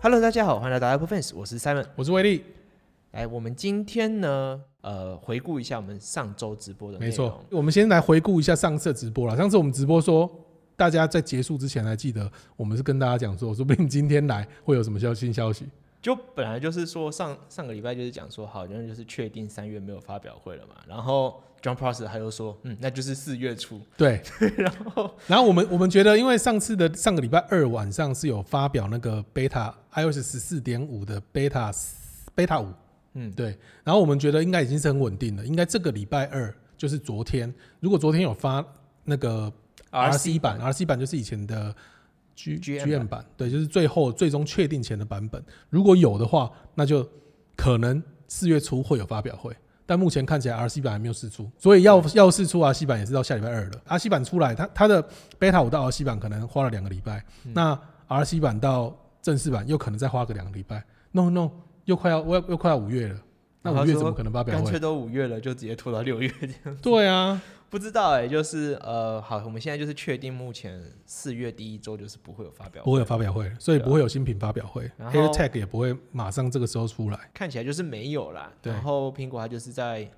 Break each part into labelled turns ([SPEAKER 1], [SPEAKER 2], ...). [SPEAKER 1] Hello，大家好，欢迎来到 Apple Fans，我是 Simon。
[SPEAKER 2] 我是威力，
[SPEAKER 1] 来，我们今天呢，呃，回顾一下我们上周直播的内
[SPEAKER 2] 没
[SPEAKER 1] 容。
[SPEAKER 2] 错。我们先来回顾一下上次的直播啦。上次我们直播说，大家在结束之前还记得，我们是跟大家讲说，说不定今天来会有什么消新消息。
[SPEAKER 1] 就本来就是说上上个礼拜就是讲说，好像就是确定三月没有发表会了嘛。然后 John Prosser 他又说，嗯，那就是四月初。
[SPEAKER 2] 对，然后然后我们我们觉得，因为上次的上个礼拜二晚上是有发表那个 beta iOS 十四点五的 beta beta 五，
[SPEAKER 1] 嗯，
[SPEAKER 2] 对，然后我们觉得应该已经是很稳定了，应该这个礼拜二就是昨天，如果昨天有发那个 RC 版，RC 版就是以前的 G
[SPEAKER 1] GM 版
[SPEAKER 2] GM 版，对，就是最后最终确定前的版本。如果有的话，那就可能四月初会有发表会，但目前看起来 RC 版还没有试出，所以要要试出 RC 版也是到下礼拜二了。RC 版出来，它它的 beta 五到 RC 版可能花了两个礼拜，
[SPEAKER 1] 嗯
[SPEAKER 2] 那 RC 版到正式版又可能再花个两个礼拜。No No，又快要我要又快要五月了，那
[SPEAKER 1] 然后
[SPEAKER 2] 五
[SPEAKER 1] 啊他
[SPEAKER 2] 月
[SPEAKER 1] 说
[SPEAKER 2] 怎么可能发表
[SPEAKER 1] 干脆
[SPEAKER 2] 会？
[SPEAKER 1] 都五月了，就直接拖到六月 这样。
[SPEAKER 2] 对啊，
[SPEAKER 1] 不知道哎、就是呃，好，我们现在就是确定，目前四月第一周就是不会有发表
[SPEAKER 2] 不
[SPEAKER 1] 会，啊
[SPEAKER 2] 会有发表会，所以不会有新品发表会
[SPEAKER 1] 然后
[SPEAKER 2] ，AirTag 也不会马上这个时候出来。
[SPEAKER 1] 看起来就是没有啦。
[SPEAKER 2] 对
[SPEAKER 1] 然后苹果它就是在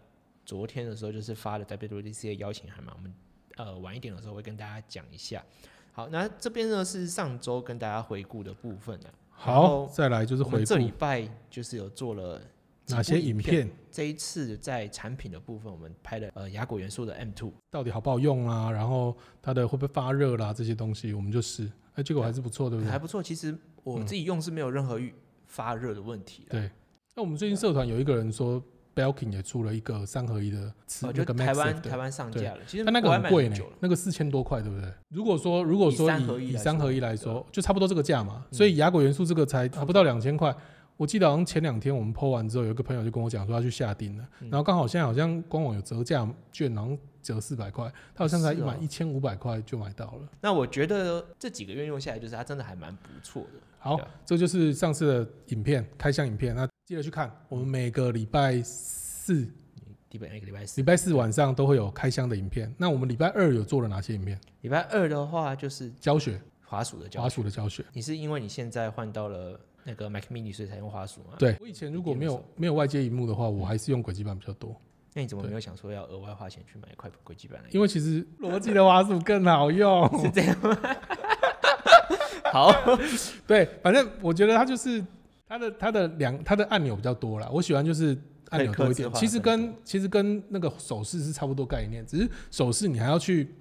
[SPEAKER 1] 昨天的时候就是发了 WWDC 的邀请函嘛，我们呃晚一点的时候会跟大家讲一下。好，那这边呢是上周跟大家回顾的部分啊。然
[SPEAKER 2] 好，
[SPEAKER 1] 后
[SPEAKER 2] 再来就是
[SPEAKER 1] 我们
[SPEAKER 2] 回
[SPEAKER 1] 这礼
[SPEAKER 2] 顾
[SPEAKER 1] 拜就是有做了几
[SPEAKER 2] 哪
[SPEAKER 1] 部
[SPEAKER 2] 些
[SPEAKER 1] 影
[SPEAKER 2] 影片
[SPEAKER 1] 这一次在产品的部分，我们拍了呃雅果元素的 M Two，
[SPEAKER 2] 到底好不好用啊，然后它的会不会发热啦、这些东西我们就试。哎，结果还是不错，对不对
[SPEAKER 1] 还？不错。其实我自己用是没有任何预发热的问题的。
[SPEAKER 2] 对。那我们最近社团有一个人说，Belkin 也出了一个三合一的磁，
[SPEAKER 1] 哦，
[SPEAKER 2] 那
[SPEAKER 1] 就
[SPEAKER 2] 个
[SPEAKER 1] 台湾
[SPEAKER 2] MagSafe
[SPEAKER 1] 台
[SPEAKER 2] 的，
[SPEAKER 1] 湾上
[SPEAKER 2] 对
[SPEAKER 1] 架了，其实
[SPEAKER 2] 但那个
[SPEAKER 1] 国外
[SPEAKER 2] 很
[SPEAKER 1] 卖
[SPEAKER 2] 贵
[SPEAKER 1] 很
[SPEAKER 2] 呢
[SPEAKER 1] 久了，
[SPEAKER 2] 那个四千多块，对不对？如果说如果
[SPEAKER 1] 以
[SPEAKER 2] 说
[SPEAKER 1] 三合一
[SPEAKER 2] 以以
[SPEAKER 1] 来
[SPEAKER 2] 三
[SPEAKER 1] 说
[SPEAKER 2] 合一来
[SPEAKER 1] 对啊嗯
[SPEAKER 2] 说，就差不多这个价嘛。所以雅果元素这个才还不到两千块。我记得好像前两天我们 PO 完之后，有一个朋友就跟我讲说他去下定了，
[SPEAKER 1] 嗯
[SPEAKER 2] 然后刚好现在好像官网有折价券，然后折四百块，他好像才
[SPEAKER 1] 是哦
[SPEAKER 2] 满一千五百块就买到了。
[SPEAKER 1] 那我觉得这几个月用下来，就是它真的还蛮不错的。
[SPEAKER 2] 好
[SPEAKER 1] 对啊，
[SPEAKER 2] 这就是上次的影片开箱影片，那记得去看。我们每个礼拜四、
[SPEAKER 1] 基本上一个礼拜四
[SPEAKER 2] 礼，拜四晚上都会有开箱的影片。那我们礼拜二有做了哪些影片？
[SPEAKER 1] 礼拜二的话就是
[SPEAKER 2] 教学，
[SPEAKER 1] 滑鼠的教
[SPEAKER 2] 滑
[SPEAKER 1] 学。
[SPEAKER 2] 鼠的教学。
[SPEAKER 1] 你是因为你现在换到了那个 Mac Mini，所以才用滑鼠吗？。
[SPEAKER 2] 对啊我以前如果没有没有外接荧幕的话，我还是用轨迹板比较多，
[SPEAKER 1] 那你怎么没有想说要额外花钱去买一块轨迹板来用？
[SPEAKER 2] 因为其实逻辑的滑鼠更好用。
[SPEAKER 1] 是这样吗？ 好，
[SPEAKER 2] 对，反正我觉得它就是它的它的两它的按钮比较多啦，我喜欢就是按钮
[SPEAKER 1] 可以
[SPEAKER 2] 多
[SPEAKER 1] 刻
[SPEAKER 2] 一
[SPEAKER 1] 字
[SPEAKER 2] 点。
[SPEAKER 1] 化
[SPEAKER 2] 其实
[SPEAKER 1] 更
[SPEAKER 2] 跟其实跟那个手势是差不多概念，只是手势你还要去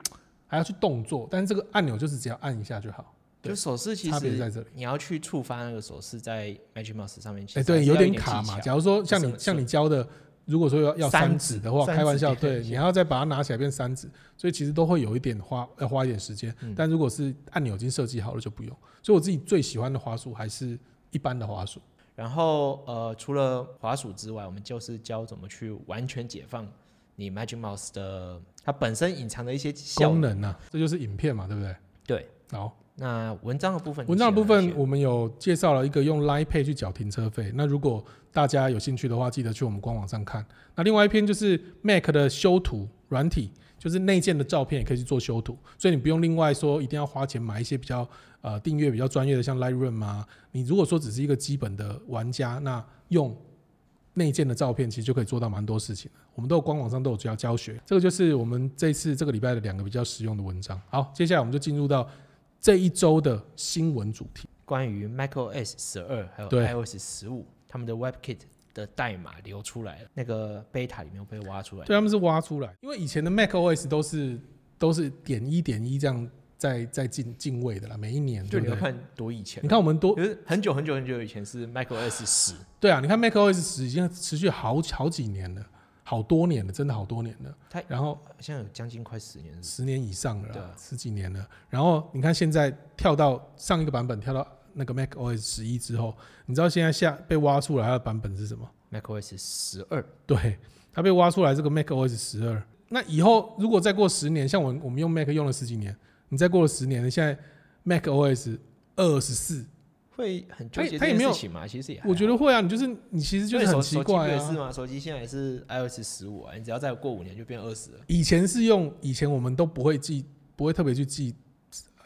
[SPEAKER 2] 还要去动作，但是这个按钮就是只要按一下就好，对
[SPEAKER 1] 就手势其
[SPEAKER 2] 差别在
[SPEAKER 1] 实
[SPEAKER 2] 这里。
[SPEAKER 1] 你要去触发那个手势在 Magic Mouse 上面，其
[SPEAKER 2] 哎、
[SPEAKER 1] 实还
[SPEAKER 2] 对，
[SPEAKER 1] 是
[SPEAKER 2] 有
[SPEAKER 1] 要一
[SPEAKER 2] 点
[SPEAKER 1] 点
[SPEAKER 2] 卡
[SPEAKER 1] 技
[SPEAKER 2] 嘛。
[SPEAKER 1] 巧
[SPEAKER 2] 假如说像
[SPEAKER 1] 是
[SPEAKER 2] 你
[SPEAKER 1] 是
[SPEAKER 2] 像你教的，如果说要要
[SPEAKER 1] 三
[SPEAKER 2] 三
[SPEAKER 1] 指
[SPEAKER 2] 指的话，
[SPEAKER 1] 三
[SPEAKER 2] 开玩
[SPEAKER 1] 指
[SPEAKER 2] 笑，
[SPEAKER 1] 点
[SPEAKER 2] 对
[SPEAKER 1] 一下
[SPEAKER 2] 你还要再把它拿起来变三指，所以其实都会有一点花要花一点时间。
[SPEAKER 1] 嗯
[SPEAKER 2] 但如果是按钮已经设计好了就不用。所以我自己最喜欢的滑鼠还是一般的滑鼠，
[SPEAKER 1] 然后呃，除了滑鼠之外，我们就是教怎么去完全解放你 Magic Mouse 的它本身隐藏的一些效
[SPEAKER 2] 功。能啊，这就是影片嘛，对不对？
[SPEAKER 1] 对，
[SPEAKER 2] 好，
[SPEAKER 1] 那文章的部分，
[SPEAKER 2] 文章的部
[SPEAKER 1] 你
[SPEAKER 2] 分
[SPEAKER 1] 写了哪些
[SPEAKER 2] 我们有介绍了一个用 Line Pay 去缴停车费。那如果大家有兴趣的话，记得去我们官网上看。那另外一篇就是 Mac 的修图软体，就是内建的照片也可以去做修图，所以你不用另外说一定要花钱买一些比较呃订阅比较专业的，像 Lightroom 啊。你如果说只是一个基本的玩家，那用内建的照片其实就可以做到蛮多事情的。我们都有官网上都有教教学，这个就是我们这次这个礼拜的两个比较实用的文章。好，接下来我们就进入到这一周的新闻主题。
[SPEAKER 1] 关于 macOS 十二还
[SPEAKER 2] 对
[SPEAKER 1] 有 iOS 十五他们的 WebKit 的代码流出来了，那个 beta 里面被挖出来。
[SPEAKER 2] 对，他啊们是挖出来，因为以前的 Mac OS 都是都是点一点一这样在在进进位的啦，每一年
[SPEAKER 1] 就
[SPEAKER 2] 对
[SPEAKER 1] 你
[SPEAKER 2] 不
[SPEAKER 1] 要
[SPEAKER 2] 对？
[SPEAKER 1] 看多以前
[SPEAKER 2] 你，看我们多
[SPEAKER 1] 就是很久很久很久以前是 macOS 十，
[SPEAKER 2] 对啊，你看 Mac OS 十已经持续好好几年了，好多年了，真的好多年了。
[SPEAKER 1] 它
[SPEAKER 2] 然后
[SPEAKER 1] 好像有将近快十年了。
[SPEAKER 2] 十年以上了
[SPEAKER 1] 对
[SPEAKER 2] 啦
[SPEAKER 1] 啊，
[SPEAKER 2] 十几年了。然后你看现在跳到上一个版本，跳到那个 Mac OS 十一之后，你知道现在下被挖出来它的版本是什么？
[SPEAKER 1] macOS 十二，
[SPEAKER 2] 对，它被挖出来这个 Mac OS 十二。那以后如果再过十年，像我我们用 Mac 用了十几年，你再过了十年，现在 Mac OS 二十四，
[SPEAKER 1] 会很纠
[SPEAKER 2] 它也
[SPEAKER 1] 结
[SPEAKER 2] 它
[SPEAKER 1] 这件
[SPEAKER 2] 也没有
[SPEAKER 1] 事情嘛？其实也还
[SPEAKER 2] 我觉
[SPEAKER 1] 好
[SPEAKER 2] 得会啊，你就是你其实就是
[SPEAKER 1] 因为手
[SPEAKER 2] 很奇怪
[SPEAKER 1] 手机不也是
[SPEAKER 2] 啊。
[SPEAKER 1] 嘛，手机现在也是 iOS 十五啊，你只要再过五年就变二十了。
[SPEAKER 2] 以前是用以前我们都不会记，不会特别去记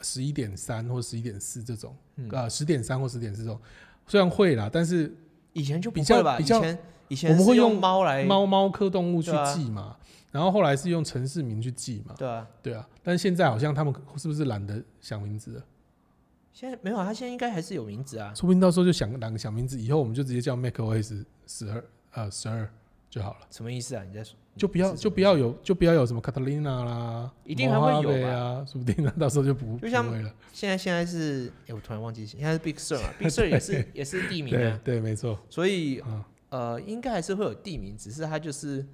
[SPEAKER 2] 十一点三或十一点四这种，
[SPEAKER 1] 嗯
[SPEAKER 2] 呃十点三或十点四这种。虽然会啦，但是
[SPEAKER 1] 以前就不
[SPEAKER 2] 比较
[SPEAKER 1] 会吧？
[SPEAKER 2] 比
[SPEAKER 1] 以
[SPEAKER 2] 较
[SPEAKER 1] 前以前
[SPEAKER 2] 我们会
[SPEAKER 1] 是
[SPEAKER 2] 用
[SPEAKER 1] 猫来，
[SPEAKER 2] 猫猫科动物去
[SPEAKER 1] 哎对啊
[SPEAKER 2] 记嘛，然后后来是用城市名去记嘛，
[SPEAKER 1] 对啊，
[SPEAKER 2] 对啊，但现在好像他们是不是懒得想名字了？
[SPEAKER 1] 现在没有啊，它现在应该还是有名字啊。
[SPEAKER 2] 说不定到时候就想两个想名字，以后我们就直接叫 macOS 十二呃十二就好了，
[SPEAKER 1] 什么意思啊？你在说
[SPEAKER 2] 就不要
[SPEAKER 1] 是什么
[SPEAKER 2] 就不要有就不要有什么 Catalina 啦，
[SPEAKER 1] 一定还会有吧
[SPEAKER 2] Mojave 啊，说不定到时候就不
[SPEAKER 1] 就像
[SPEAKER 2] 不会了。
[SPEAKER 1] 现在现在是，哎、我突然忘记，现在是 Big Sur 嘛，Big Sur 也是也是地名
[SPEAKER 2] 对
[SPEAKER 1] 啊，
[SPEAKER 2] 对，没错，
[SPEAKER 1] 所以
[SPEAKER 2] 嗯，
[SPEAKER 1] 呃，应该还是会有地名，只是它就是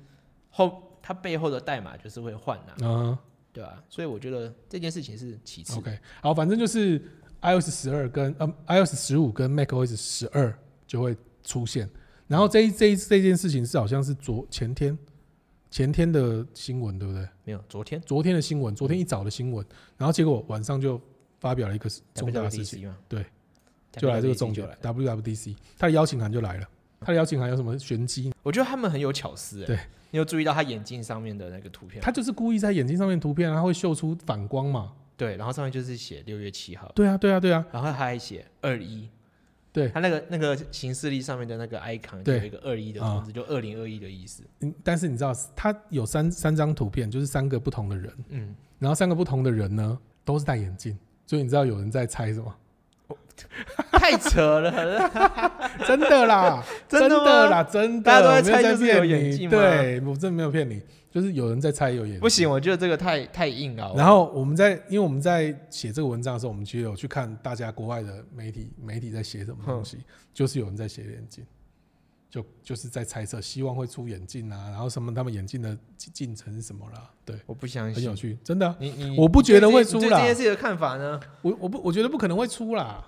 [SPEAKER 1] 后它背后的代码就是会换啊，
[SPEAKER 2] 嗯
[SPEAKER 1] 对吧、所以我觉得这件事情是其次。
[SPEAKER 2] ，OK，好，反正就是 iOS 十二跟呃 iOS 十五跟 macOS 十二就会出现。然后这一这一这件事情是好像是昨前天前天的新闻，对不对？
[SPEAKER 1] 没有，昨天
[SPEAKER 2] 昨天的新闻，昨天一早的新闻，然后结果晚上就发表了一个重大的事情，
[SPEAKER 1] 情嘛，
[SPEAKER 2] 对，
[SPEAKER 1] WWDC
[SPEAKER 2] 就来这个重
[SPEAKER 1] 就
[SPEAKER 2] 点
[SPEAKER 1] 来了。
[SPEAKER 2] WWDC，他的邀请函就来了。他的邀请函有什么玄机？
[SPEAKER 1] 我觉得他们很有巧思、欸，
[SPEAKER 2] 对，
[SPEAKER 1] 你有注意到他眼镜上面的那个图片吗？
[SPEAKER 2] 他就是故意在眼睛上面图片，他会秀出反光嘛？
[SPEAKER 1] 对，然后上面就是写六月七号，
[SPEAKER 2] 对啊，对啊，对啊，
[SPEAKER 1] 然后他还写二一，
[SPEAKER 2] 对。
[SPEAKER 1] 他那个那个行事历上面的那个 icon 就
[SPEAKER 2] 对
[SPEAKER 1] 有一个二一的
[SPEAKER 2] 啊
[SPEAKER 1] 通知，就二零二一的意思。
[SPEAKER 2] 嗯但是你知道，他有三三张图片，就是三个不同的人，
[SPEAKER 1] 嗯，
[SPEAKER 2] 然后三个不同的人呢都是戴眼镜，所以你知道有人在猜 什么？
[SPEAKER 1] 太扯了啦，
[SPEAKER 2] 真的啦，
[SPEAKER 1] 真的吗
[SPEAKER 2] 啦，真的，
[SPEAKER 1] 大家都在
[SPEAKER 2] 我没有
[SPEAKER 1] 猜
[SPEAKER 2] 在
[SPEAKER 1] 就是有
[SPEAKER 2] 骗
[SPEAKER 1] 眼
[SPEAKER 2] 你
[SPEAKER 1] 镜吗
[SPEAKER 2] 对，我真的没有骗你，就是有人在猜有眼 镜。
[SPEAKER 1] 不行，我觉得这个太太硬了。
[SPEAKER 2] 然后我们在，因为我们在写这个文章的时候，我们其实有去看大家国外的媒体，媒体在写什么东西，
[SPEAKER 1] 嗯
[SPEAKER 2] 就是有人在写眼镜，就就是在猜测，希望会出眼镜啊，然后什么他们眼镜的进进程是什么啦，对，
[SPEAKER 1] 我不相
[SPEAKER 2] 很
[SPEAKER 1] 信，
[SPEAKER 2] 有趣，真的啊、
[SPEAKER 1] 你你
[SPEAKER 2] 我不觉得
[SPEAKER 1] 你对
[SPEAKER 2] 会
[SPEAKER 1] 这
[SPEAKER 2] 出
[SPEAKER 1] 你对
[SPEAKER 2] 啦
[SPEAKER 1] 这件事的看法呢？
[SPEAKER 2] 我我不我觉得不可能会出啦，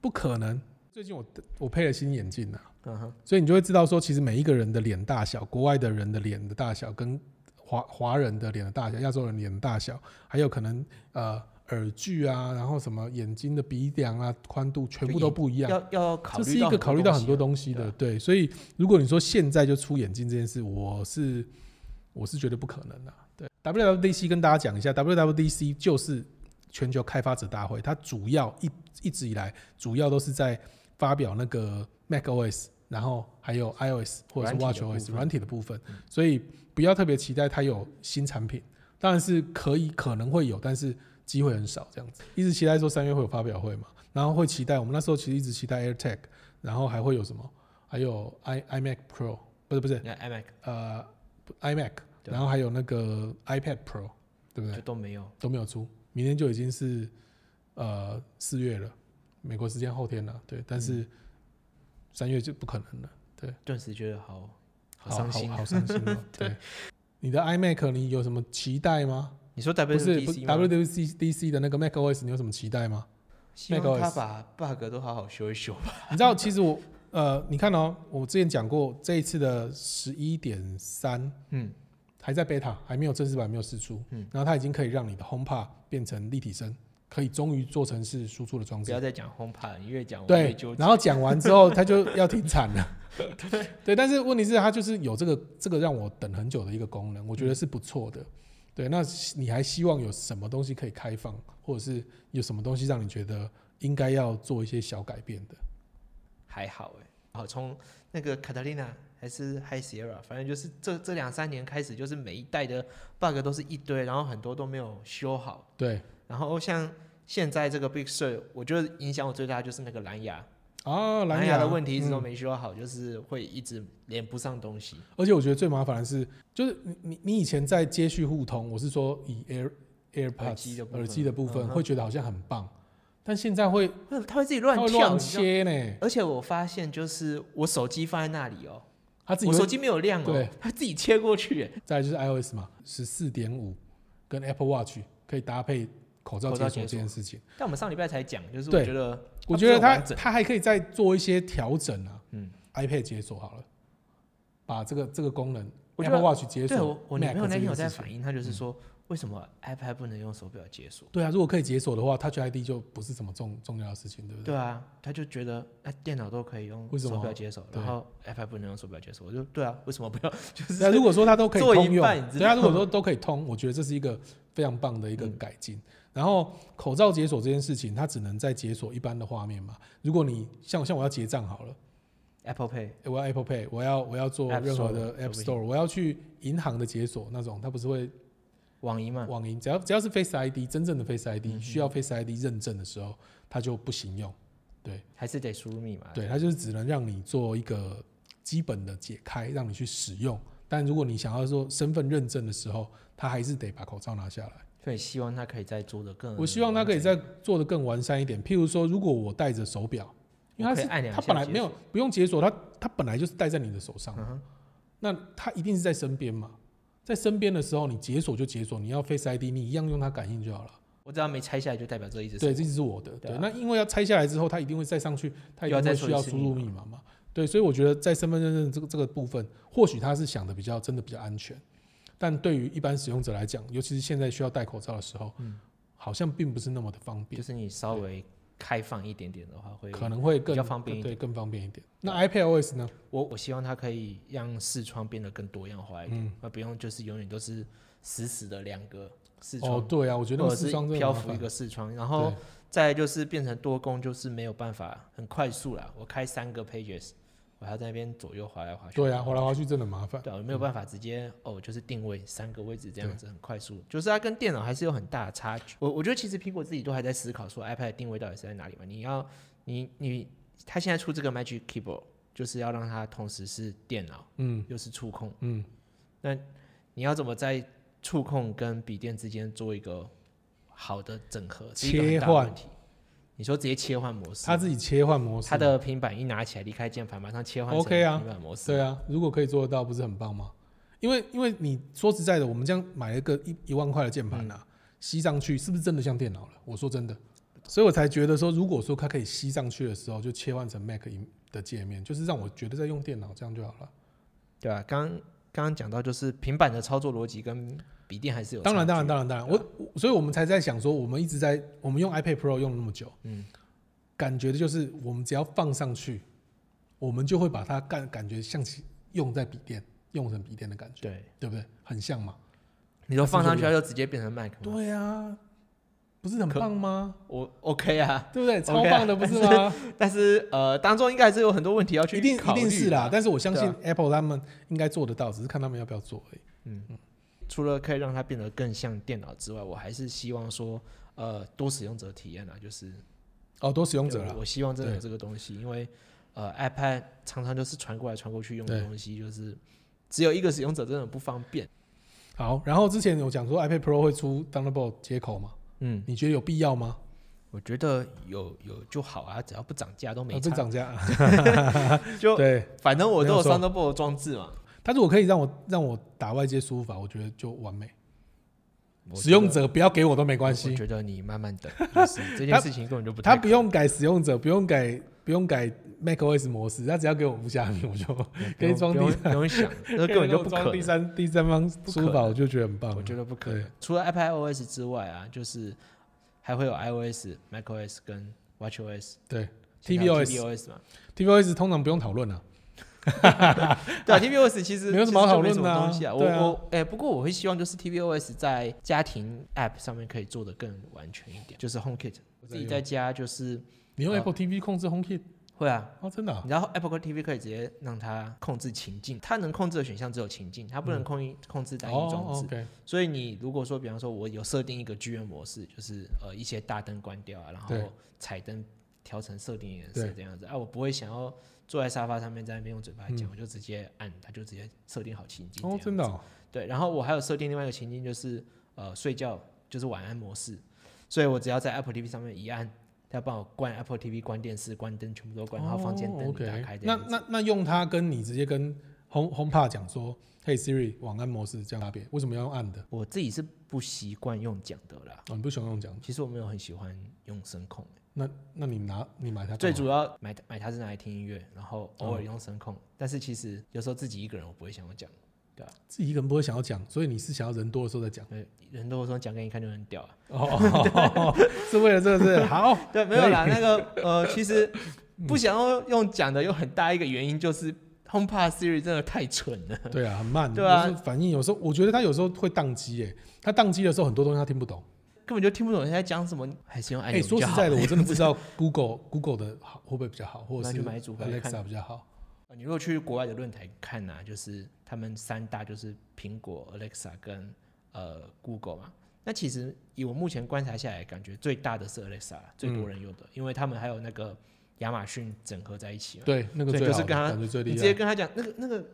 [SPEAKER 2] 不可能。最近我我配了新眼镜啊，
[SPEAKER 1] 嗯哼，
[SPEAKER 2] 所以你就会知道说，其实每一个人的脸大小，国外的人的脸的大小，跟华华人的脸的大小，亚洲人脸的大小，还有可能呃耳距啊，然后什么眼睛的鼻梁啊、宽度，全部都不一样。
[SPEAKER 1] 要要考
[SPEAKER 2] 这
[SPEAKER 1] 虑
[SPEAKER 2] 是一个考虑到很多东西
[SPEAKER 1] 对
[SPEAKER 2] 的，
[SPEAKER 1] 啊
[SPEAKER 2] 对。所以如果你说现在就出眼镜这件事，我是我是觉得不可能的、对，WWDC 跟大家讲一下，WWDC 就是全球开发者大会，它主要一一直以来主要都是在发表那个 macOS，然后还有 iOS 或者是
[SPEAKER 1] 软体的部
[SPEAKER 2] WatchOS
[SPEAKER 1] 分嗯
[SPEAKER 2] 软体的部分，所以不要特别期待它有新产品，当然是可以可能会有，但是机会很少这样子。一直期待说三月会有发表会嘛，然后会期待我们那时候其实一直期待 AirTag，然后还会有什么，还有 i iMac Pro 不是不是
[SPEAKER 1] 你看 iMac
[SPEAKER 2] 呃 iMac，
[SPEAKER 1] 对
[SPEAKER 2] 然后还有那个 iPad Pro，对不对
[SPEAKER 1] 就？都没有，
[SPEAKER 2] 都没有出，明天就已经是呃四月了，美国时间后天了，对，但是
[SPEAKER 1] 嗯
[SPEAKER 2] 三月就不可能了，
[SPEAKER 1] 顿时觉得好好
[SPEAKER 2] 好
[SPEAKER 1] 伤心
[SPEAKER 2] 好
[SPEAKER 1] 啊。
[SPEAKER 2] 好伤心 哦，对。你的 iMac 你有什么期待吗？
[SPEAKER 1] 你说
[SPEAKER 2] 不是不
[SPEAKER 1] WWDC 吗？
[SPEAKER 2] WWDC 的那个 macOS 你有什么期待吗？
[SPEAKER 1] 希望他
[SPEAKER 2] macOS
[SPEAKER 1] 把 bug 都好好修一修吧。
[SPEAKER 2] 你知道，其实我呃，你看哦，我之前讲过，这一次的十一点三
[SPEAKER 1] 嗯，
[SPEAKER 2] 还在 beta，还没有正式版，没有试出，
[SPEAKER 1] 嗯
[SPEAKER 2] 然后它已经可以让你的 HomePod 变成立体声，可以终于做成是输出的装
[SPEAKER 1] 不
[SPEAKER 2] 置
[SPEAKER 1] 要。再讲 HomePod，你越讲我越
[SPEAKER 2] 对
[SPEAKER 1] 纠，结。
[SPEAKER 2] 然后讲完之后，他就要停产 了。对，但是问题是，它就是有这个这个让我等很久的一个功能，我觉得是不错的。对，那你还希望有什么东西可以开放，或者是有什么东西让你觉得应该要做一些小改变的？
[SPEAKER 1] 还好哎、好从那个 Catalina 还是 High Sierra，反正就是这这两三年开始，就是每一代的 bug 都是一堆，然后很多都没有修好。
[SPEAKER 2] 对
[SPEAKER 1] 然后像现在这个 Big Sur，我觉得影响我最大的就是那个蓝牙，
[SPEAKER 2] 啊，
[SPEAKER 1] 蓝
[SPEAKER 2] 牙
[SPEAKER 1] 的问题一直
[SPEAKER 2] 嗯
[SPEAKER 1] 都没修好，就是会一直连不上东西。
[SPEAKER 2] 而且我觉得最麻烦的是，就是你你你以前在接续互通，我是说以 Air
[SPEAKER 1] 耳机
[SPEAKER 2] AirPods
[SPEAKER 1] 的部分
[SPEAKER 2] 耳机的部分
[SPEAKER 1] 嗯哼
[SPEAKER 2] 会觉得好像很棒，但现在会
[SPEAKER 1] 会它会自己
[SPEAKER 2] 它
[SPEAKER 1] 乱
[SPEAKER 2] 会
[SPEAKER 1] 跳，
[SPEAKER 2] 乱
[SPEAKER 1] 你知道
[SPEAKER 2] 切呢，
[SPEAKER 1] 而且我发现就是我手机放在那里哦、
[SPEAKER 2] 它自己
[SPEAKER 1] 我手
[SPEAKER 2] 会。
[SPEAKER 1] 机没有亮哦、
[SPEAKER 2] 对
[SPEAKER 1] 它自己切过去、欸，
[SPEAKER 2] 再来就是 iOS 嘛，十四点五跟 Apple Watch 可以搭配口罩
[SPEAKER 1] 口
[SPEAKER 2] 解
[SPEAKER 1] 罩解
[SPEAKER 2] 锁这件事情，
[SPEAKER 1] 但我们上礼拜才讲，就是
[SPEAKER 2] 对
[SPEAKER 1] 我觉得
[SPEAKER 2] 我觉得
[SPEAKER 1] 它比
[SPEAKER 2] 它
[SPEAKER 1] 较完整
[SPEAKER 2] 它还可以再做一些调整啊。
[SPEAKER 1] 嗯
[SPEAKER 2] ，iPad 解锁好了，把这个这个功能
[SPEAKER 1] 我觉得
[SPEAKER 2] ，Apple Watch 解
[SPEAKER 1] 对
[SPEAKER 2] 锁
[SPEAKER 1] 我，我女
[SPEAKER 2] Mac
[SPEAKER 1] 朋友那
[SPEAKER 2] 这
[SPEAKER 1] 天有在
[SPEAKER 2] 件事情。嗯
[SPEAKER 1] 反映，她就是说、为什么 iPad 不能用手表解锁？
[SPEAKER 2] 对啊，如果可以解锁的话，Touch ID 就不是什么重重要的事情，对不对？
[SPEAKER 1] 对啊，她就觉得那、电脑都可以用
[SPEAKER 2] 为什么
[SPEAKER 1] 手表解锁，
[SPEAKER 2] 对
[SPEAKER 1] 然后 iPad 不能用手表解锁。我就对啊，为什么不要？就
[SPEAKER 2] 那
[SPEAKER 1] 是
[SPEAKER 2] 如果说它都可以
[SPEAKER 1] 做一
[SPEAKER 2] 通用
[SPEAKER 1] 半你，知
[SPEAKER 2] 对啊，
[SPEAKER 1] 道
[SPEAKER 2] 如果说都可以通，我觉得这是一个非常棒的一个
[SPEAKER 1] 嗯
[SPEAKER 2] 改进。然后口罩解锁这件事情，它只能在解锁一般的画面嘛。如果你像像我要结账好了，
[SPEAKER 1] Apple Pay，
[SPEAKER 2] 诶我要 Apple Pay，我要我要做
[SPEAKER 1] App
[SPEAKER 2] 任何的
[SPEAKER 1] Store，
[SPEAKER 2] App
[SPEAKER 1] 说
[SPEAKER 2] Store，我要去银行的解锁那种，它不是会
[SPEAKER 1] 网银嘛，
[SPEAKER 2] 网银，只要只要是 Face ID 真正的 Face ID
[SPEAKER 1] 嗯
[SPEAKER 2] 需要 Face ID 认证的时候，它就不行用。对
[SPEAKER 1] 还是得输入密码。
[SPEAKER 2] 对，它就是只能让你做一个基本的解开，让你去使用。但如果你想要做身份认证的时候，它还是得把口罩拿下来。
[SPEAKER 1] 所以希望它可以再做的更。
[SPEAKER 2] 我希望它可以再做的更完善一点。譬如说，如果我戴着手表，因为
[SPEAKER 1] 我
[SPEAKER 2] 它
[SPEAKER 1] 可以
[SPEAKER 2] 是
[SPEAKER 1] 按两
[SPEAKER 2] 它
[SPEAKER 1] 下
[SPEAKER 2] 本来
[SPEAKER 1] 解
[SPEAKER 2] 没有不用解锁，它它本来就是戴在你的手上嘛，那它一定是在身边嘛。在身边的时候，你解锁就解锁，你要 Face ID，你一样用它感应就好了。
[SPEAKER 1] 我只要没拆下来，就代表这一直是
[SPEAKER 2] 对，这是我的。
[SPEAKER 1] 对
[SPEAKER 2] 对
[SPEAKER 1] 啊，
[SPEAKER 2] 那因为要拆下来之后，它一定会再上去，它一定
[SPEAKER 1] 又要
[SPEAKER 2] 会
[SPEAKER 1] 再输
[SPEAKER 2] 需
[SPEAKER 1] 一
[SPEAKER 2] 要
[SPEAKER 1] 次
[SPEAKER 2] 输入
[SPEAKER 1] 密
[SPEAKER 2] 密码嘛。对，所以我觉得在身份认证这个这个部分，或许他是想的比较真的比较安全，但对于一般使用者来讲，尤其是现在需要戴口罩的时候，
[SPEAKER 1] 嗯
[SPEAKER 2] 好像并不是那么的方便
[SPEAKER 1] 就，是你稍微开放一点点的话，会
[SPEAKER 2] 可能会更
[SPEAKER 1] 比较方便一
[SPEAKER 2] 对，更方便一点。那 iPadOS 呢？
[SPEAKER 1] 我我希望它可以让视窗变得更多样化一
[SPEAKER 2] 嗯
[SPEAKER 1] 点，那、不用就是永远都是死死的两个视窗，
[SPEAKER 2] 哦，对啊，我觉得那
[SPEAKER 1] 或
[SPEAKER 2] 个
[SPEAKER 1] 者
[SPEAKER 2] 视
[SPEAKER 1] 是
[SPEAKER 2] 窗真的
[SPEAKER 1] 漂
[SPEAKER 2] 麻
[SPEAKER 1] 浮一
[SPEAKER 2] 烦。
[SPEAKER 1] 个视窗，然后再来就是变成多工，就是没有办法很快速啦。我开三个 pages，我还要在那边左右滑来滑去。
[SPEAKER 2] 对对啊，嗯滑来滑去真的麻烦。
[SPEAKER 1] 对啊，我没有办法直接哦，就是定位三个位置这样子很快速，就是它跟电脑还是有很大的差距。我我觉得其实苹果自己都还在思考说 iPad 的定位到底是在哪里嘛？你要你你，它现在出这个 Magic Keyboard，就是要让它同时是电脑，
[SPEAKER 2] 嗯，
[SPEAKER 1] 又是触控，
[SPEAKER 2] 嗯，
[SPEAKER 1] 那你要怎么在触控跟笔电之间做一个好的整合？是一个很大的
[SPEAKER 2] 切换
[SPEAKER 1] 问题。你说直接切换模式
[SPEAKER 2] 它
[SPEAKER 1] 吗，
[SPEAKER 2] 自己切换模式，
[SPEAKER 1] 它的平板一拿起来离开键盘，马上切换成
[SPEAKER 2] OK 啊
[SPEAKER 1] 平板模式。
[SPEAKER 2] 对啊，如果可以做得到，不是很棒吗？因为因为你说实在的，我们这样买了一个一一万块的键盘
[SPEAKER 1] 嗯
[SPEAKER 2] 啊，吸上去是不是真的像电脑了？我说真的，所以我才觉得说，如果说它可以吸上去的时候，就切换成 Mac 荧的界面，就是让我觉得在用电脑，这样就好了。
[SPEAKER 1] 对啊，刚刚刚讲到就是平板的操作逻辑跟笔电还是有
[SPEAKER 2] 当然，
[SPEAKER 1] 差
[SPEAKER 2] 当
[SPEAKER 1] 距啊
[SPEAKER 2] 然，当然，当然，我我所以我们才在想说，我们一直在我们用 iPad Pro 用了那么久，嗯，感觉的就是我们只要放上去，我们就会把它感感觉像是用在笔电，用成笔电的感觉，
[SPEAKER 1] 对，
[SPEAKER 2] 对不对？很像嘛。
[SPEAKER 1] 你说放上去它就直接变成 Mac，吗
[SPEAKER 2] 对啊，不是很
[SPEAKER 1] 可
[SPEAKER 2] 棒吗？
[SPEAKER 1] 我 OK 啊，
[SPEAKER 2] 对不对？超
[SPEAKER 1] OK 啊
[SPEAKER 2] 棒的，不是 吗？
[SPEAKER 1] 但是呃当中应该还是有很多问题要去
[SPEAKER 2] 一定
[SPEAKER 1] 考
[SPEAKER 2] 一
[SPEAKER 1] 虑
[SPEAKER 2] 定是啦
[SPEAKER 1] 的，。
[SPEAKER 2] 但是我相
[SPEAKER 1] 对
[SPEAKER 2] 信
[SPEAKER 1] 啊
[SPEAKER 2] Apple 他们应该做得到，只是看他们要不要做而已。
[SPEAKER 1] 除了可以让它变得更像电脑之外，我还是希望说呃多使用者体验啊，就是
[SPEAKER 2] 哦，多使用者
[SPEAKER 1] 对啊
[SPEAKER 2] 啦，
[SPEAKER 1] 我希望真的有
[SPEAKER 2] 对
[SPEAKER 1] 这个东西，因为呃 iPad 常常就是传过来传过去用的
[SPEAKER 2] 对
[SPEAKER 1] 东西，就是只有一个使用者真的很不方便。
[SPEAKER 2] 好，然后之前有讲说 iPad Pro 会出 Thunderbolt 接口嘛？
[SPEAKER 1] 嗯，
[SPEAKER 2] 你觉得有必要吗？
[SPEAKER 1] 我觉得有有就好啊，只要不涨价都
[SPEAKER 2] 啊
[SPEAKER 1] 没
[SPEAKER 2] 不
[SPEAKER 1] 差。
[SPEAKER 2] 涨价，
[SPEAKER 1] 就
[SPEAKER 2] 对。
[SPEAKER 1] 反正我都有
[SPEAKER 2] 没有错
[SPEAKER 1] Thunderbolt 装置嘛，
[SPEAKER 2] 但是我可以让我让我打外接输入法，我觉得就完美。
[SPEAKER 1] 我
[SPEAKER 2] 使用
[SPEAKER 1] 觉得
[SPEAKER 2] 者不要给我都没关
[SPEAKER 1] 我
[SPEAKER 2] 系，
[SPEAKER 1] 觉得你慢慢等，就是这件事情根本就不
[SPEAKER 2] 他
[SPEAKER 1] 太
[SPEAKER 2] 不用改使用者，不用改不用改 macOS 模式，他只要给我无瑕米，我就
[SPEAKER 1] 不
[SPEAKER 2] 可以
[SPEAKER 1] 用
[SPEAKER 2] 装
[SPEAKER 1] 不
[SPEAKER 2] 第
[SPEAKER 1] 用不用 想，那根本就不可
[SPEAKER 2] 装第
[SPEAKER 1] 能，
[SPEAKER 2] 三第三方
[SPEAKER 1] 可
[SPEAKER 2] 输法，
[SPEAKER 1] 能
[SPEAKER 2] 我就觉得很棒了。啊
[SPEAKER 1] 我觉得不可能
[SPEAKER 2] 对。
[SPEAKER 1] 除了 iPad OS 之外啊，就是还会有 iOS、macOS 跟 watchOS、
[SPEAKER 2] 对
[SPEAKER 1] TVOS
[SPEAKER 2] TVOS
[SPEAKER 1] TVOS 嘛，
[SPEAKER 2] TVOS 通常不用讨论啊，
[SPEAKER 1] 对啊，TVOS 其实
[SPEAKER 2] 没有什么好讨论
[SPEAKER 1] 其实
[SPEAKER 2] 的啊
[SPEAKER 1] 就没什么东西啊。我
[SPEAKER 2] 对啊
[SPEAKER 1] 我哎，不过我会希望就是 TVOS 在家庭 App 上面可以做的更完全一点，就是 HomeKit 我自己在家就是
[SPEAKER 2] 你用
[SPEAKER 1] 啊
[SPEAKER 2] Apple TV 控制 HomeKit
[SPEAKER 1] 会啊，
[SPEAKER 2] 哦，真的啊、
[SPEAKER 1] 你知道 Apple TV 可以直接让它控制情境，它能控制的选项只有情境，它不能控控制单一装
[SPEAKER 2] 嗯哦
[SPEAKER 1] 置。
[SPEAKER 2] ，OK，
[SPEAKER 1] 所以你如果说，比方说我有设定一个剧院模式，就是呃一些大灯关掉啊，然后
[SPEAKER 2] 对
[SPEAKER 1] 彩灯调成设定颜色
[SPEAKER 2] 对
[SPEAKER 1] 这样子啊，我不会想要坐在沙发上面在那边用嘴巴讲，我就直接按，它就直接设定好情境这样
[SPEAKER 2] 嗯哦，
[SPEAKER 1] 子。
[SPEAKER 2] 真的、哦，
[SPEAKER 1] 对，然后我还有设定另外一个情境，就是呃睡觉就是晚安模式，所以我只要在 Apple TV 上面一按，它帮我关 Apple TV、关电视、关灯，全部都关，然后房间
[SPEAKER 2] 哦
[SPEAKER 1] 灯
[SPEAKER 2] OK
[SPEAKER 1] 打开这
[SPEAKER 2] 那
[SPEAKER 1] 样子。
[SPEAKER 2] 那那用它跟你直接跟 Home HomePod 讲说，Hey Siri，晚安模式这样差别，为什么要用暗的？
[SPEAKER 1] 我自己是不习惯用讲的啦，
[SPEAKER 2] 哦，你不喜欢用讲的，
[SPEAKER 1] 其实我没有很喜欢用声控、欸
[SPEAKER 2] 那那你拿你买它干嘛
[SPEAKER 1] 最主要买买它是拿来听音乐，然后偶
[SPEAKER 2] 哦
[SPEAKER 1] 尔用声控，但是其实有时候自己一个人我不会想要讲，
[SPEAKER 2] 自己一个人不会想要讲，所以你是想要人多的时候再讲。
[SPEAKER 1] 因为人都说讲给你看就很屌啊，
[SPEAKER 2] 哦，是为了这个是好，嗯
[SPEAKER 1] 对，没有啦，那个呃，其实不想要用讲的有很大一个原因就是 HomePod Siri 真的太蠢了。
[SPEAKER 2] 对啊，很慢，
[SPEAKER 1] 对啊
[SPEAKER 2] 就是反应有时候我觉得他有时候会宕机，哎，他宕机的时候很多东西他听不懂。
[SPEAKER 1] 根本就听不懂人家讲什么，还是用按
[SPEAKER 2] 哎，
[SPEAKER 1] 钮
[SPEAKER 2] 说
[SPEAKER 1] 比较
[SPEAKER 2] 实
[SPEAKER 1] 好。
[SPEAKER 2] 在的，我真的不知道 Google Google 的好会不会比较好，或者
[SPEAKER 1] 那
[SPEAKER 2] 是
[SPEAKER 1] 就买一组回来看
[SPEAKER 2] Alexa 比较好。
[SPEAKER 1] 呃你如果去国外的论坛看啊，就是他们三大就是苹果、Alexa 跟呃 Google 嘛。那其实以我目前观察下来，感觉最大的是 Alexa，啦最
[SPEAKER 2] 嗯
[SPEAKER 1] 多人用的，因为他们还有那个亚马逊整合在一起嘛。
[SPEAKER 2] 对，那个
[SPEAKER 1] 对
[SPEAKER 2] 最
[SPEAKER 1] 就是
[SPEAKER 2] 好的，
[SPEAKER 1] 跟他
[SPEAKER 2] 感觉最
[SPEAKER 1] 你
[SPEAKER 2] 厉
[SPEAKER 1] 直接
[SPEAKER 2] 害。
[SPEAKER 1] 跟他讲那个那个，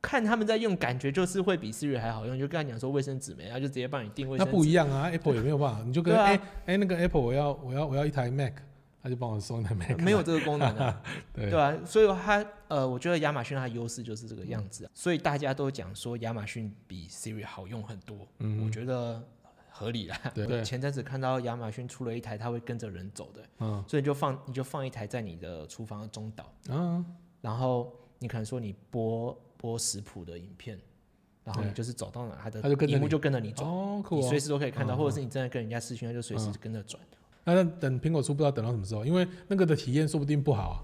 [SPEAKER 1] 看他们在用，感觉就是会比 Siri 还好用。你就跟他讲说卫生纸没，然后就直接帮你订卫
[SPEAKER 2] 那
[SPEAKER 1] 生
[SPEAKER 2] 不
[SPEAKER 1] 纸。
[SPEAKER 2] 一样啊，Apple 也没有办法，你就跟
[SPEAKER 1] 对啊
[SPEAKER 2] 哎哎那个 Apple 我要我要我要一台 Mac，他就帮我送一台 Mac。
[SPEAKER 1] 没有这个功能啊，
[SPEAKER 2] 对
[SPEAKER 1] 对啊，所以它呃，我觉得亚马逊它的优势就是这个样子啊、所以大家都讲说亚马逊比 Siri 好用很多，
[SPEAKER 2] 嗯
[SPEAKER 1] 我觉得合理啦。
[SPEAKER 2] 对
[SPEAKER 1] 我 前阵子看到亚马逊出了一台它会跟着人走的，
[SPEAKER 2] 嗯
[SPEAKER 1] 所以你就放你就放一台在你的厨房的中岛，
[SPEAKER 2] 啊，
[SPEAKER 1] 然后你可能说你播播食谱的影片，然后你就是走到哪，它的
[SPEAKER 2] 它就跟着
[SPEAKER 1] 荧幕
[SPEAKER 2] 你
[SPEAKER 1] 就跟着你走，
[SPEAKER 2] 哦，酷
[SPEAKER 1] 你
[SPEAKER 2] 哦
[SPEAKER 1] 随。时都可以看到，
[SPEAKER 2] 嗯
[SPEAKER 1] 或者是你真的跟人家视讯，它就随时跟着转。
[SPEAKER 2] 那等苹果出不知道等到什么时候，因为那个的体验说不定不好、啊。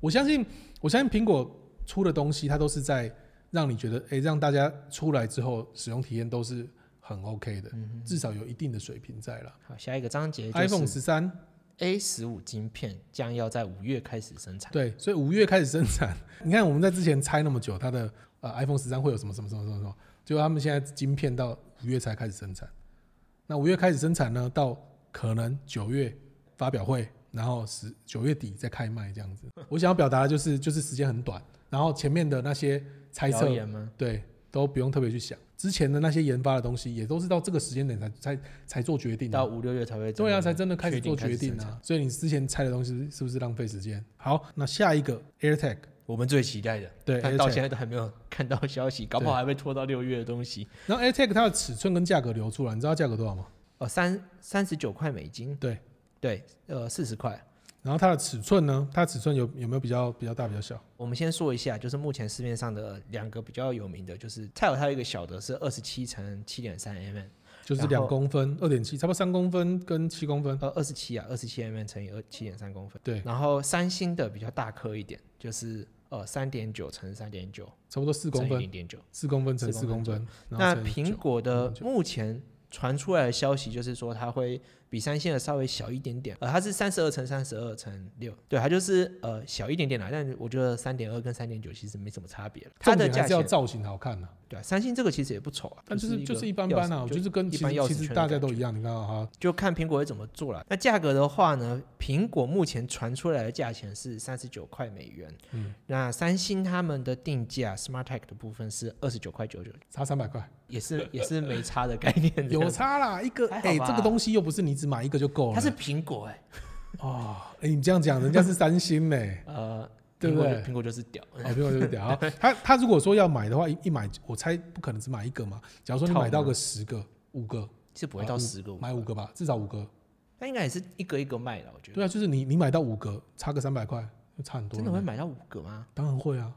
[SPEAKER 2] 我相信，我相信苹果出的东西，它都是在让你觉得，诶，让大家出来之后使用体验都是很 OK 的，至少有一定的水平在啦。
[SPEAKER 1] 好，下一个章节嗯就
[SPEAKER 2] iPhone
[SPEAKER 1] 是
[SPEAKER 2] 十三，
[SPEAKER 1] A 十五晶片将要在五月开始生产。
[SPEAKER 2] 对，所以五月开始生产。你看我们在之前猜那么久，它的呃 iPhone 十三会有什么什么什么什么什么，结果他们现在晶片到五月才开始生产。那五月开始生产呢，到可能九月发表会，然后十九月底再开卖这样子。我想要表达的就是，就是时间很短，然后前面的那些猜测
[SPEAKER 1] 谣言吗？
[SPEAKER 2] 对，都不用特别去想。之前的那些研发的东西，也都是到这个时间点才才才做决定的
[SPEAKER 1] 到。五六月才会真的
[SPEAKER 2] 对啊，才真的开始做
[SPEAKER 1] 确
[SPEAKER 2] 决定
[SPEAKER 1] 开始生产
[SPEAKER 2] 啊。所以你之前猜的东西是不是浪费时间？好，那下一个 AirTag，
[SPEAKER 1] 我们最期待的，
[SPEAKER 2] 对
[SPEAKER 1] 但
[SPEAKER 2] AirTag
[SPEAKER 1] 到现在都还没有看到消息，搞不好还被拖到六月的东西。
[SPEAKER 2] 然后 AirTag 它的尺寸跟价格流出来，你知道价格多少吗？
[SPEAKER 1] 哦，三三十九块美金，
[SPEAKER 2] 对
[SPEAKER 1] 对，呃，四十块。
[SPEAKER 2] 然后它的尺寸呢？它的尺寸有有没有比较比较大比较小？
[SPEAKER 1] 我们先说一下，就是目前市面上的两个比较有名的，就是泰有它有一个小的是二十七乘七点三 mm，
[SPEAKER 2] 就是
[SPEAKER 1] 然
[SPEAKER 2] 两
[SPEAKER 1] 后
[SPEAKER 2] 公分、二点七，差不多三公分跟七公分。
[SPEAKER 1] 呃，二十七啊，二十七 mm 乘以二七点三公分。
[SPEAKER 2] 对，
[SPEAKER 1] 然后三星的比较大颗一点，就是呃三点九乘三点九
[SPEAKER 2] 差不多四公
[SPEAKER 1] 乘以
[SPEAKER 2] 分，
[SPEAKER 1] 零点九。
[SPEAKER 2] 四公分乘四
[SPEAKER 1] 四公
[SPEAKER 2] 公分。然后
[SPEAKER 1] 那
[SPEAKER 2] 乘以
[SPEAKER 1] 苹
[SPEAKER 2] 九
[SPEAKER 1] 果的
[SPEAKER 2] 9
[SPEAKER 1] 目前传出来的消息就是说，它会比三星的稍微小一点点，呃，它是三十二乘三十二乘六，对，它就是呃小一点点啦。但我觉得三点二跟三点九其实没什么差别了，它
[SPEAKER 2] 重
[SPEAKER 1] 的
[SPEAKER 2] 点
[SPEAKER 1] 价
[SPEAKER 2] 还是要
[SPEAKER 1] 钱
[SPEAKER 2] 造型好看啊，
[SPEAKER 1] 对、啊，三星这个其实也不丑啊，
[SPEAKER 2] 但就是
[SPEAKER 1] 就
[SPEAKER 2] 就是是
[SPEAKER 1] 一
[SPEAKER 2] 一
[SPEAKER 1] 个
[SPEAKER 2] 般般啊，
[SPEAKER 1] 钥匙
[SPEAKER 2] 我就是跟
[SPEAKER 1] 一
[SPEAKER 2] 其
[SPEAKER 1] 般
[SPEAKER 2] 实
[SPEAKER 1] 钥匙
[SPEAKER 2] 其
[SPEAKER 1] 圈
[SPEAKER 2] 实
[SPEAKER 1] 的
[SPEAKER 2] 大
[SPEAKER 1] 感
[SPEAKER 2] 家都
[SPEAKER 1] 觉
[SPEAKER 2] 一样，你看啊哈，
[SPEAKER 1] 就看苹果会怎么做了。那价格的话呢，苹果目前传出来的价钱是三十九块美元，嗯，那三星他们的定价 SmartTag 的部分是二十九块九九，
[SPEAKER 2] 差三百块。
[SPEAKER 1] 也是也是没差的概念这样子。
[SPEAKER 2] 有差啦，一个
[SPEAKER 1] 还好
[SPEAKER 2] 哎、
[SPEAKER 1] 吧
[SPEAKER 2] 这个东西又不是你只买一个就够了。
[SPEAKER 1] 它是苹果哎、
[SPEAKER 2] 哦，哎、你这样讲，人家是三星 呢、
[SPEAKER 1] 呃，
[SPEAKER 2] 对
[SPEAKER 1] 苹
[SPEAKER 2] 不
[SPEAKER 1] 果就
[SPEAKER 2] 对
[SPEAKER 1] 苹果就是屌，
[SPEAKER 2] 哦，苹果就是屌。 好他他如果说要买的话，一一买，我猜不可能只买一个嘛。假如说你
[SPEAKER 1] 套吗
[SPEAKER 2] 买到个十个、五个，
[SPEAKER 1] 是不会到
[SPEAKER 2] 啊
[SPEAKER 1] 十个五，
[SPEAKER 2] 买五个吧，至少五个。
[SPEAKER 1] 那应该也是一个一个卖的，我觉得。
[SPEAKER 2] 对啊，就是你你买到五个，差个三百块，就差很多
[SPEAKER 1] 真的会
[SPEAKER 2] 了。
[SPEAKER 1] 买到五个吗？
[SPEAKER 2] 当然会啊，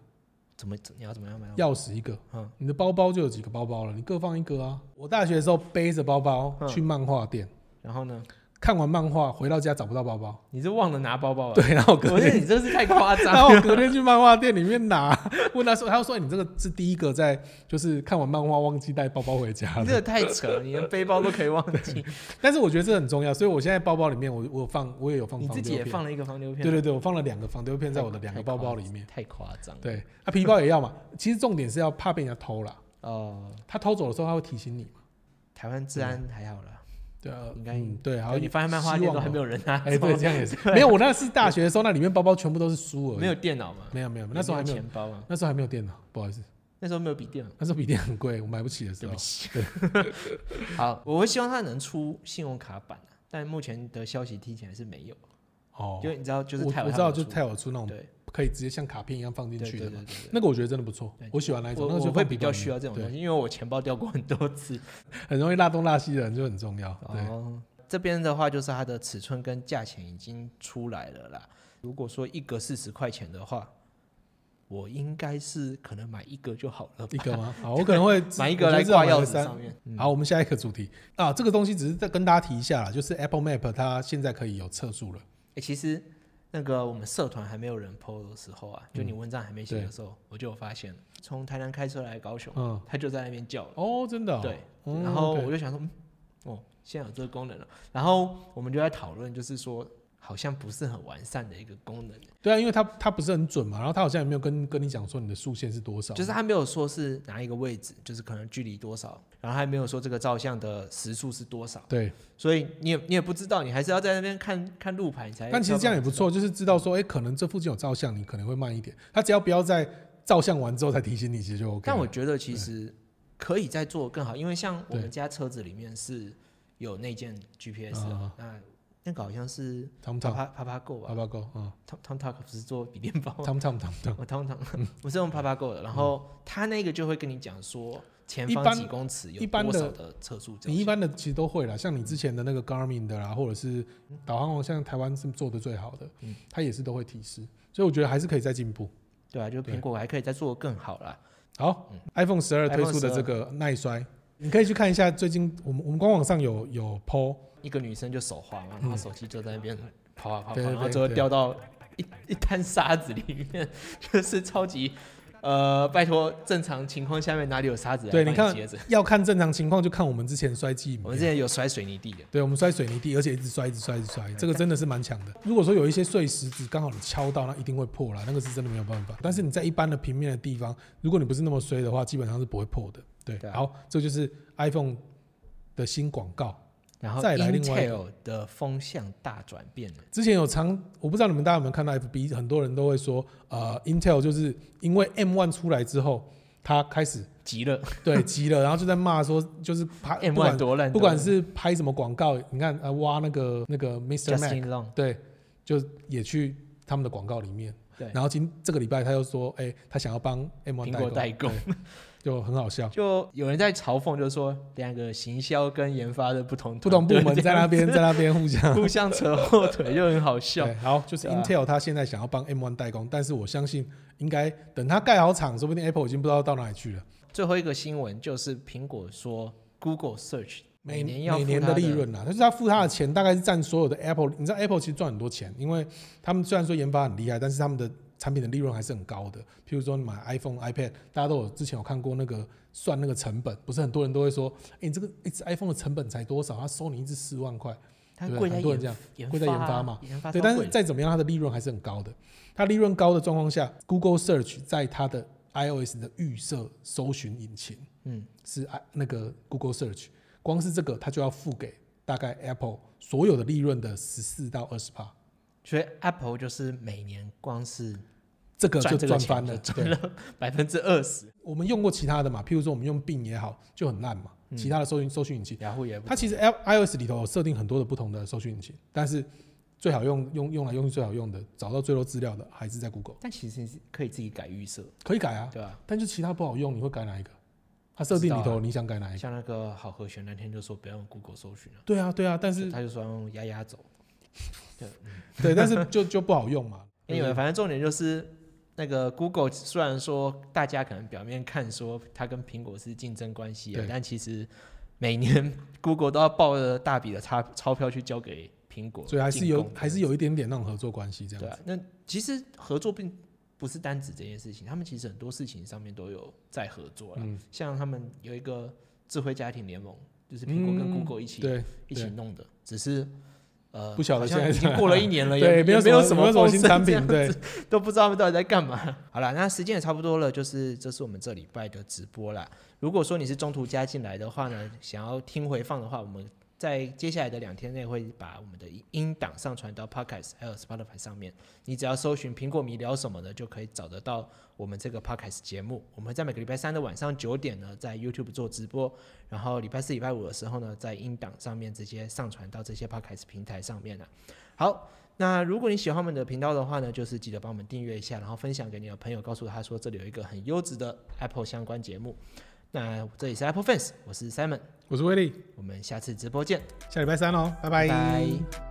[SPEAKER 1] 怎么怎你要怎么样买到五个？
[SPEAKER 2] 钥匙一个，
[SPEAKER 1] 嗯
[SPEAKER 2] 你的包包就有几个包包了，你各放一个啊。我大学的时候背着包包
[SPEAKER 1] 嗯
[SPEAKER 2] 去漫画店，
[SPEAKER 1] 然后呢？
[SPEAKER 2] 看完漫画回到家找不到包包，
[SPEAKER 1] 你是忘了拿包包了？
[SPEAKER 2] 对，然后隔
[SPEAKER 1] 我
[SPEAKER 2] 天
[SPEAKER 1] 觉得你真是太夸张
[SPEAKER 2] 然后
[SPEAKER 1] 了
[SPEAKER 2] 我。隔天去漫画店里面拿， 问他说，他说你这个是第一个在就是看完漫画忘记带包包回家
[SPEAKER 1] 你
[SPEAKER 2] 的。
[SPEAKER 1] 这个太扯了，你连背包都可以忘记，
[SPEAKER 2] 但是我觉得这很重要，所以我现在包包里面我我有放我也有放
[SPEAKER 1] 你
[SPEAKER 2] 防
[SPEAKER 1] 自己
[SPEAKER 2] 丢
[SPEAKER 1] 也
[SPEAKER 2] 片，
[SPEAKER 1] 放了一个防丢片，
[SPEAKER 2] 对对对，我放了两个防丢片在我的两个
[SPEAKER 1] 太夸
[SPEAKER 2] 包包里面。
[SPEAKER 1] 太夸张了。
[SPEAKER 2] 对，啊皮包也要嘛，其实重点是要怕被人家偷啦，
[SPEAKER 1] 哦，
[SPEAKER 2] 他偷走的时候他会提醒你嘛，
[SPEAKER 1] 台湾治安还好啦，
[SPEAKER 2] 对啊，
[SPEAKER 1] 应该
[SPEAKER 2] 嗯对，还
[SPEAKER 1] 然后
[SPEAKER 2] 有
[SPEAKER 1] 你发现漫画店都还没
[SPEAKER 2] 有，
[SPEAKER 1] 有人啊 拿
[SPEAKER 2] 哎，
[SPEAKER 1] 走，
[SPEAKER 2] 对，这样也是没有，我那是大学的时候，那里面包包全部都是书而已，
[SPEAKER 1] 没有电脑嘛？
[SPEAKER 2] 没有没有，那时候还没有
[SPEAKER 1] 钱，包啊嘛？
[SPEAKER 2] 那时候还没有电脑，不好意思，
[SPEAKER 1] 那时候没有笔电嘛。
[SPEAKER 2] 那时候笔电很贵，我买不起的时
[SPEAKER 1] 对
[SPEAKER 2] 候
[SPEAKER 1] 不，起。好，我会希望它能出信用卡版、啊、但目前的消息听起来是没有，
[SPEAKER 2] 哦
[SPEAKER 1] 因，为你知道，就是
[SPEAKER 2] 我
[SPEAKER 1] 泰
[SPEAKER 2] 我
[SPEAKER 1] 文
[SPEAKER 2] 知
[SPEAKER 1] 他
[SPEAKER 2] 道，
[SPEAKER 1] 们
[SPEAKER 2] 就
[SPEAKER 1] 出
[SPEAKER 2] 是泰尔出那种
[SPEAKER 1] 对
[SPEAKER 2] 可以直接像卡片一样放
[SPEAKER 1] 对
[SPEAKER 2] 进
[SPEAKER 1] 对
[SPEAKER 2] 去的
[SPEAKER 1] 对
[SPEAKER 2] 嘛。
[SPEAKER 1] 对对
[SPEAKER 2] 那个我觉得真的不错
[SPEAKER 1] 对，
[SPEAKER 2] 我喜欢那一种。
[SPEAKER 1] 我
[SPEAKER 2] 那个就
[SPEAKER 1] 我会
[SPEAKER 2] 放笔
[SPEAKER 1] 比
[SPEAKER 2] 筒
[SPEAKER 1] 较
[SPEAKER 2] 里面
[SPEAKER 1] 需要这种东
[SPEAKER 2] 对
[SPEAKER 1] 西，因为我钱包掉过很多 次。
[SPEAKER 2] 很容易拉东拉西的人就很重要。对，
[SPEAKER 1] 哦，这边的话就是它的尺寸跟价钱已经出来了啦。如果说一个四十块钱的话，我应该是可能买一个就好了吧，
[SPEAKER 2] 一个吗？好，我可能会
[SPEAKER 1] 买一
[SPEAKER 2] 我
[SPEAKER 1] 个
[SPEAKER 2] 觉
[SPEAKER 1] 来
[SPEAKER 2] 得至少
[SPEAKER 1] 挂
[SPEAKER 2] 买
[SPEAKER 1] 钥匙
[SPEAKER 2] 个三
[SPEAKER 1] 上面。嗯
[SPEAKER 2] 好，我们下一个主题啊，这个东西只是再跟大家提一下啦，就是 Apple Map 它现在可以有测速了。
[SPEAKER 1] 欸，其实那个我们社团还没有人 PO 的时候啊，就
[SPEAKER 2] 嗯
[SPEAKER 1] 你文章还没写的时候，我就有发现了，从台南开车来高雄，
[SPEAKER 2] 嗯，
[SPEAKER 1] 他就在那边叫了。
[SPEAKER 2] 哦，真的、哦，
[SPEAKER 1] 对
[SPEAKER 2] 嗯，
[SPEAKER 1] 然后
[SPEAKER 2] OK
[SPEAKER 1] 我就想说，嗯哦，现在有这个功能了。然后我们就在讨论，就是说好像不是很完善的一个功能，
[SPEAKER 2] 对啊，因为它它不是很准嘛，然后它好像也没有跟跟你讲说你的速线是多少，
[SPEAKER 1] 就是他没有说是哪一个位置，就是可能距离多少，然后还没有说这个照相的时速是多少，
[SPEAKER 2] 对。
[SPEAKER 1] 所以你也你也不知道，你还是要在那边看看路牌你才。
[SPEAKER 2] 但其实这样也不。错，就是知道说，哎、可能这附近有照相，你可能会慢一点。它只要不要在照相完之后才提醒你，其实就 OK 了。
[SPEAKER 1] 但我觉得其实可以再做更好，因为像我
[SPEAKER 2] 对
[SPEAKER 1] 们家车子里面是有内建 GPS 的
[SPEAKER 2] 啊
[SPEAKER 1] 嘛，那那个好像是
[SPEAKER 2] 汤姆汤，
[SPEAKER 1] 啪啪啪 Go 吧
[SPEAKER 2] 好不好够啊？
[SPEAKER 1] ，Tom Tom Talk 不是做笔电包吗？
[SPEAKER 2] 汤姆汤姆汤姆汤姆，
[SPEAKER 1] 我通常我是用 PapaGo 的，然后他那个就会跟你讲说前
[SPEAKER 2] 一般
[SPEAKER 1] 方几公尺有
[SPEAKER 2] 一般的
[SPEAKER 1] 多少的测速照
[SPEAKER 2] 你一
[SPEAKER 1] 相。
[SPEAKER 2] 般的其实都会啦，像你之前的那个 Garmin 的啦，或者是导航网，像台湾是做的最好的，
[SPEAKER 1] 嗯
[SPEAKER 2] 它也是都会提示，所以我觉得还是可以再进步。
[SPEAKER 1] 对啊，就苹果还可以再做得更好啦。
[SPEAKER 2] 好、i
[SPEAKER 1] 嗯
[SPEAKER 2] p h o n e 十二推出的这个耐摔，你可以去看一下，最近我们我们官网上有有 PO，
[SPEAKER 1] 一个女生就手滑嘛，然后手机就在那边跑啊跑啊跑
[SPEAKER 2] 嗯对
[SPEAKER 1] 啊，
[SPEAKER 2] 对
[SPEAKER 1] 然后
[SPEAKER 2] 对
[SPEAKER 1] 最后
[SPEAKER 2] 对
[SPEAKER 1] 掉到一 一滩沙子里面，就是超级呃，拜托，正常情况下面哪里有沙子来
[SPEAKER 2] 对
[SPEAKER 1] 帮
[SPEAKER 2] 你看
[SPEAKER 1] 接着？
[SPEAKER 2] 要看正常情况就看我们之前摔技影
[SPEAKER 1] 我
[SPEAKER 2] 片
[SPEAKER 1] 们之前有甩水泥地的，
[SPEAKER 2] 对，我们摔水泥地，而且一直摔，一直摔，一直摔，这个真的是蛮强的。如果说有一些碎石子刚好你敲到，那一定会破啦，那个是真的没有办法。但是你在一般的平面的地方，如果你不是那么衰的话，基本上是不会破的。对，
[SPEAKER 1] 对啊
[SPEAKER 2] 好，这就是 iPhone 的新广告。
[SPEAKER 1] 然后
[SPEAKER 2] 再来另外一
[SPEAKER 1] Intel 的风向大转变了，
[SPEAKER 2] 之前有常，我不知道你们大家有没有看到 FB，很多人都会说，呃，Intel 就是因为 M1 出来之后，它开始
[SPEAKER 1] 急了
[SPEAKER 2] 对急了，然后就在骂说，就是拍 啊不
[SPEAKER 1] M
[SPEAKER 2] 管
[SPEAKER 1] one 哎多烂，
[SPEAKER 2] 不管是拍什么广告，你看呃挖那个那个 Mr. Mac。
[SPEAKER 1] Justin Long，
[SPEAKER 2] 对，就也去他们的广告里面。
[SPEAKER 1] 对
[SPEAKER 2] 然后今这个礼拜他又说，哎、他想要帮 M
[SPEAKER 1] 苹
[SPEAKER 2] 1
[SPEAKER 1] 果代嗯工。
[SPEAKER 2] 就很好笑。
[SPEAKER 1] 就有人在嘲讽，就是说两个行销跟研发的不同
[SPEAKER 2] 不同部
[SPEAKER 1] 团
[SPEAKER 2] 门
[SPEAKER 1] 队
[SPEAKER 2] 在那边在那边互
[SPEAKER 1] 这
[SPEAKER 2] 相
[SPEAKER 1] 样 互相扯后腿，就很好笑。
[SPEAKER 2] 对，好，就是
[SPEAKER 1] 对啊
[SPEAKER 2] Intel 他现在想要帮 M 1代工，但是我相信应该等他盖好厂，说不定 Apple 已经不知道到哪里去了。
[SPEAKER 1] 最后一个新闻就是苹果说 Google Search
[SPEAKER 2] 每
[SPEAKER 1] 年要
[SPEAKER 2] 每
[SPEAKER 1] 付
[SPEAKER 2] 年
[SPEAKER 1] 它
[SPEAKER 2] 的利润呐、啊，就是他付他的钱大概是占所有的 Apple，你知道 Apple 其实赚很多钱，因为他们虽然说研发很厉害，但是他们的产品的利润还是很高的。譬如说你买 iPhone、iPad，大家都有之前有看过那个算那个成本，不是很多人都会说，哎、你这个一只 iPhone 的成本才多少？他收你一只四万块，
[SPEAKER 1] 它
[SPEAKER 2] 对
[SPEAKER 1] 贵在
[SPEAKER 2] 很多人这样
[SPEAKER 1] 研研
[SPEAKER 2] 贵在研发
[SPEAKER 1] 发
[SPEAKER 2] 嘛
[SPEAKER 1] 啊，研发
[SPEAKER 2] 对，
[SPEAKER 1] 超
[SPEAKER 2] 但
[SPEAKER 1] 贵
[SPEAKER 2] 是
[SPEAKER 1] 的
[SPEAKER 2] 再怎么样，它的利润还是很高的。它利润高的状况下，Google Search 在它的 iOS 的预设搜寻引擎，
[SPEAKER 1] 嗯，
[SPEAKER 2] 是 i 那个 Google Search，光是这个它就要付给大概 Apple 所有的利润的十四到二十趴，
[SPEAKER 1] 所以 Apple 就是每年光是
[SPEAKER 2] 这个就
[SPEAKER 1] 赚这个
[SPEAKER 2] 赚
[SPEAKER 1] 钱
[SPEAKER 2] 翻了。
[SPEAKER 1] 就
[SPEAKER 2] 对
[SPEAKER 1] 赚了 百分之二十，
[SPEAKER 2] 我们用过其他的嘛，譬如说我们用 Bing 也好，就很烂嘛，
[SPEAKER 1] 嗯
[SPEAKER 2] 其他的搜寻搜寻引擎。
[SPEAKER 1] 然后也不
[SPEAKER 2] 它其实 L iOS 里头有设定很多的不同的搜寻引擎，但是最好用用用来用去最好用的，找到最多资料的还是在 Google，
[SPEAKER 1] 但其实是可以自己改预设，
[SPEAKER 2] 可以改啊，
[SPEAKER 1] 对吧？
[SPEAKER 2] 但就其他不好用，你会改哪一个？它设定里头你想改哪一个？
[SPEAKER 1] 像那个好和弦那天就说不要用 Google 搜寻了，
[SPEAKER 2] 对啊，对啊，但是
[SPEAKER 1] 他就说要用丫丫走。
[SPEAKER 2] 对，但 是就就不好用嘛。
[SPEAKER 1] Anyway，反正重点就是那个 Google，虽然说大家可能表面看说它跟苹果是竞争关系啊
[SPEAKER 2] 对，
[SPEAKER 1] 但其实每年 Google 都要抱着大笔的钞钞票去交给苹果进贡，
[SPEAKER 2] 所以还是有还是有一点点那种合作关系这样
[SPEAKER 1] 对
[SPEAKER 2] 子。
[SPEAKER 1] 啊。那其实合作并不是单指这件事情，他们其实很多事情上面都有在合作了，
[SPEAKER 2] 嗯
[SPEAKER 1] 像他们有一个智慧家庭联盟，就是苹果跟
[SPEAKER 2] 嗯
[SPEAKER 1] Google 一起、
[SPEAKER 2] 对
[SPEAKER 1] 一起
[SPEAKER 2] 对
[SPEAKER 1] 弄的，只是。呃，
[SPEAKER 2] 不晓得
[SPEAKER 1] 好像
[SPEAKER 2] 现在
[SPEAKER 1] 已经过了 一年了，也
[SPEAKER 2] 对，
[SPEAKER 1] 也
[SPEAKER 2] 没有
[SPEAKER 1] 没有
[SPEAKER 2] 什
[SPEAKER 1] 么
[SPEAKER 2] 有什么
[SPEAKER 1] 风
[SPEAKER 2] 新
[SPEAKER 1] 声
[SPEAKER 2] 产
[SPEAKER 1] 这
[SPEAKER 2] 品，
[SPEAKER 1] 样
[SPEAKER 2] 对
[SPEAKER 1] 子， 都不知道他们到底在干嘛。 好了，那时间也差不多了，就是这是我们这礼拜的直播啦。如果说你是中途加进来的话呢，想要听回放的话，我们在接下来的两天内会把我们的音档上传到 Podcast 还有 Spotify 上面。你只要搜寻“苹果迷聊什么”呢，就可以找得到我们这个 Podcast 节目。我们在每个礼拜三的晚上九点呢，在 YouTube 做直播，然后礼拜四、礼拜五的时候呢，在音档上面直接上传到这些 Podcast 平台上面了、好，那如果你喜欢我们的频道的话呢，就是记得帮我们订阅一下，然后分享给你的朋友，告诉他说这里有一个很优质的 Apple 相关节目。那这里是 Apple Fans，我是 Simon，
[SPEAKER 2] 我是威力，
[SPEAKER 1] 我们下次直播见，
[SPEAKER 2] 下礼拜三哦，拜
[SPEAKER 1] 拜拜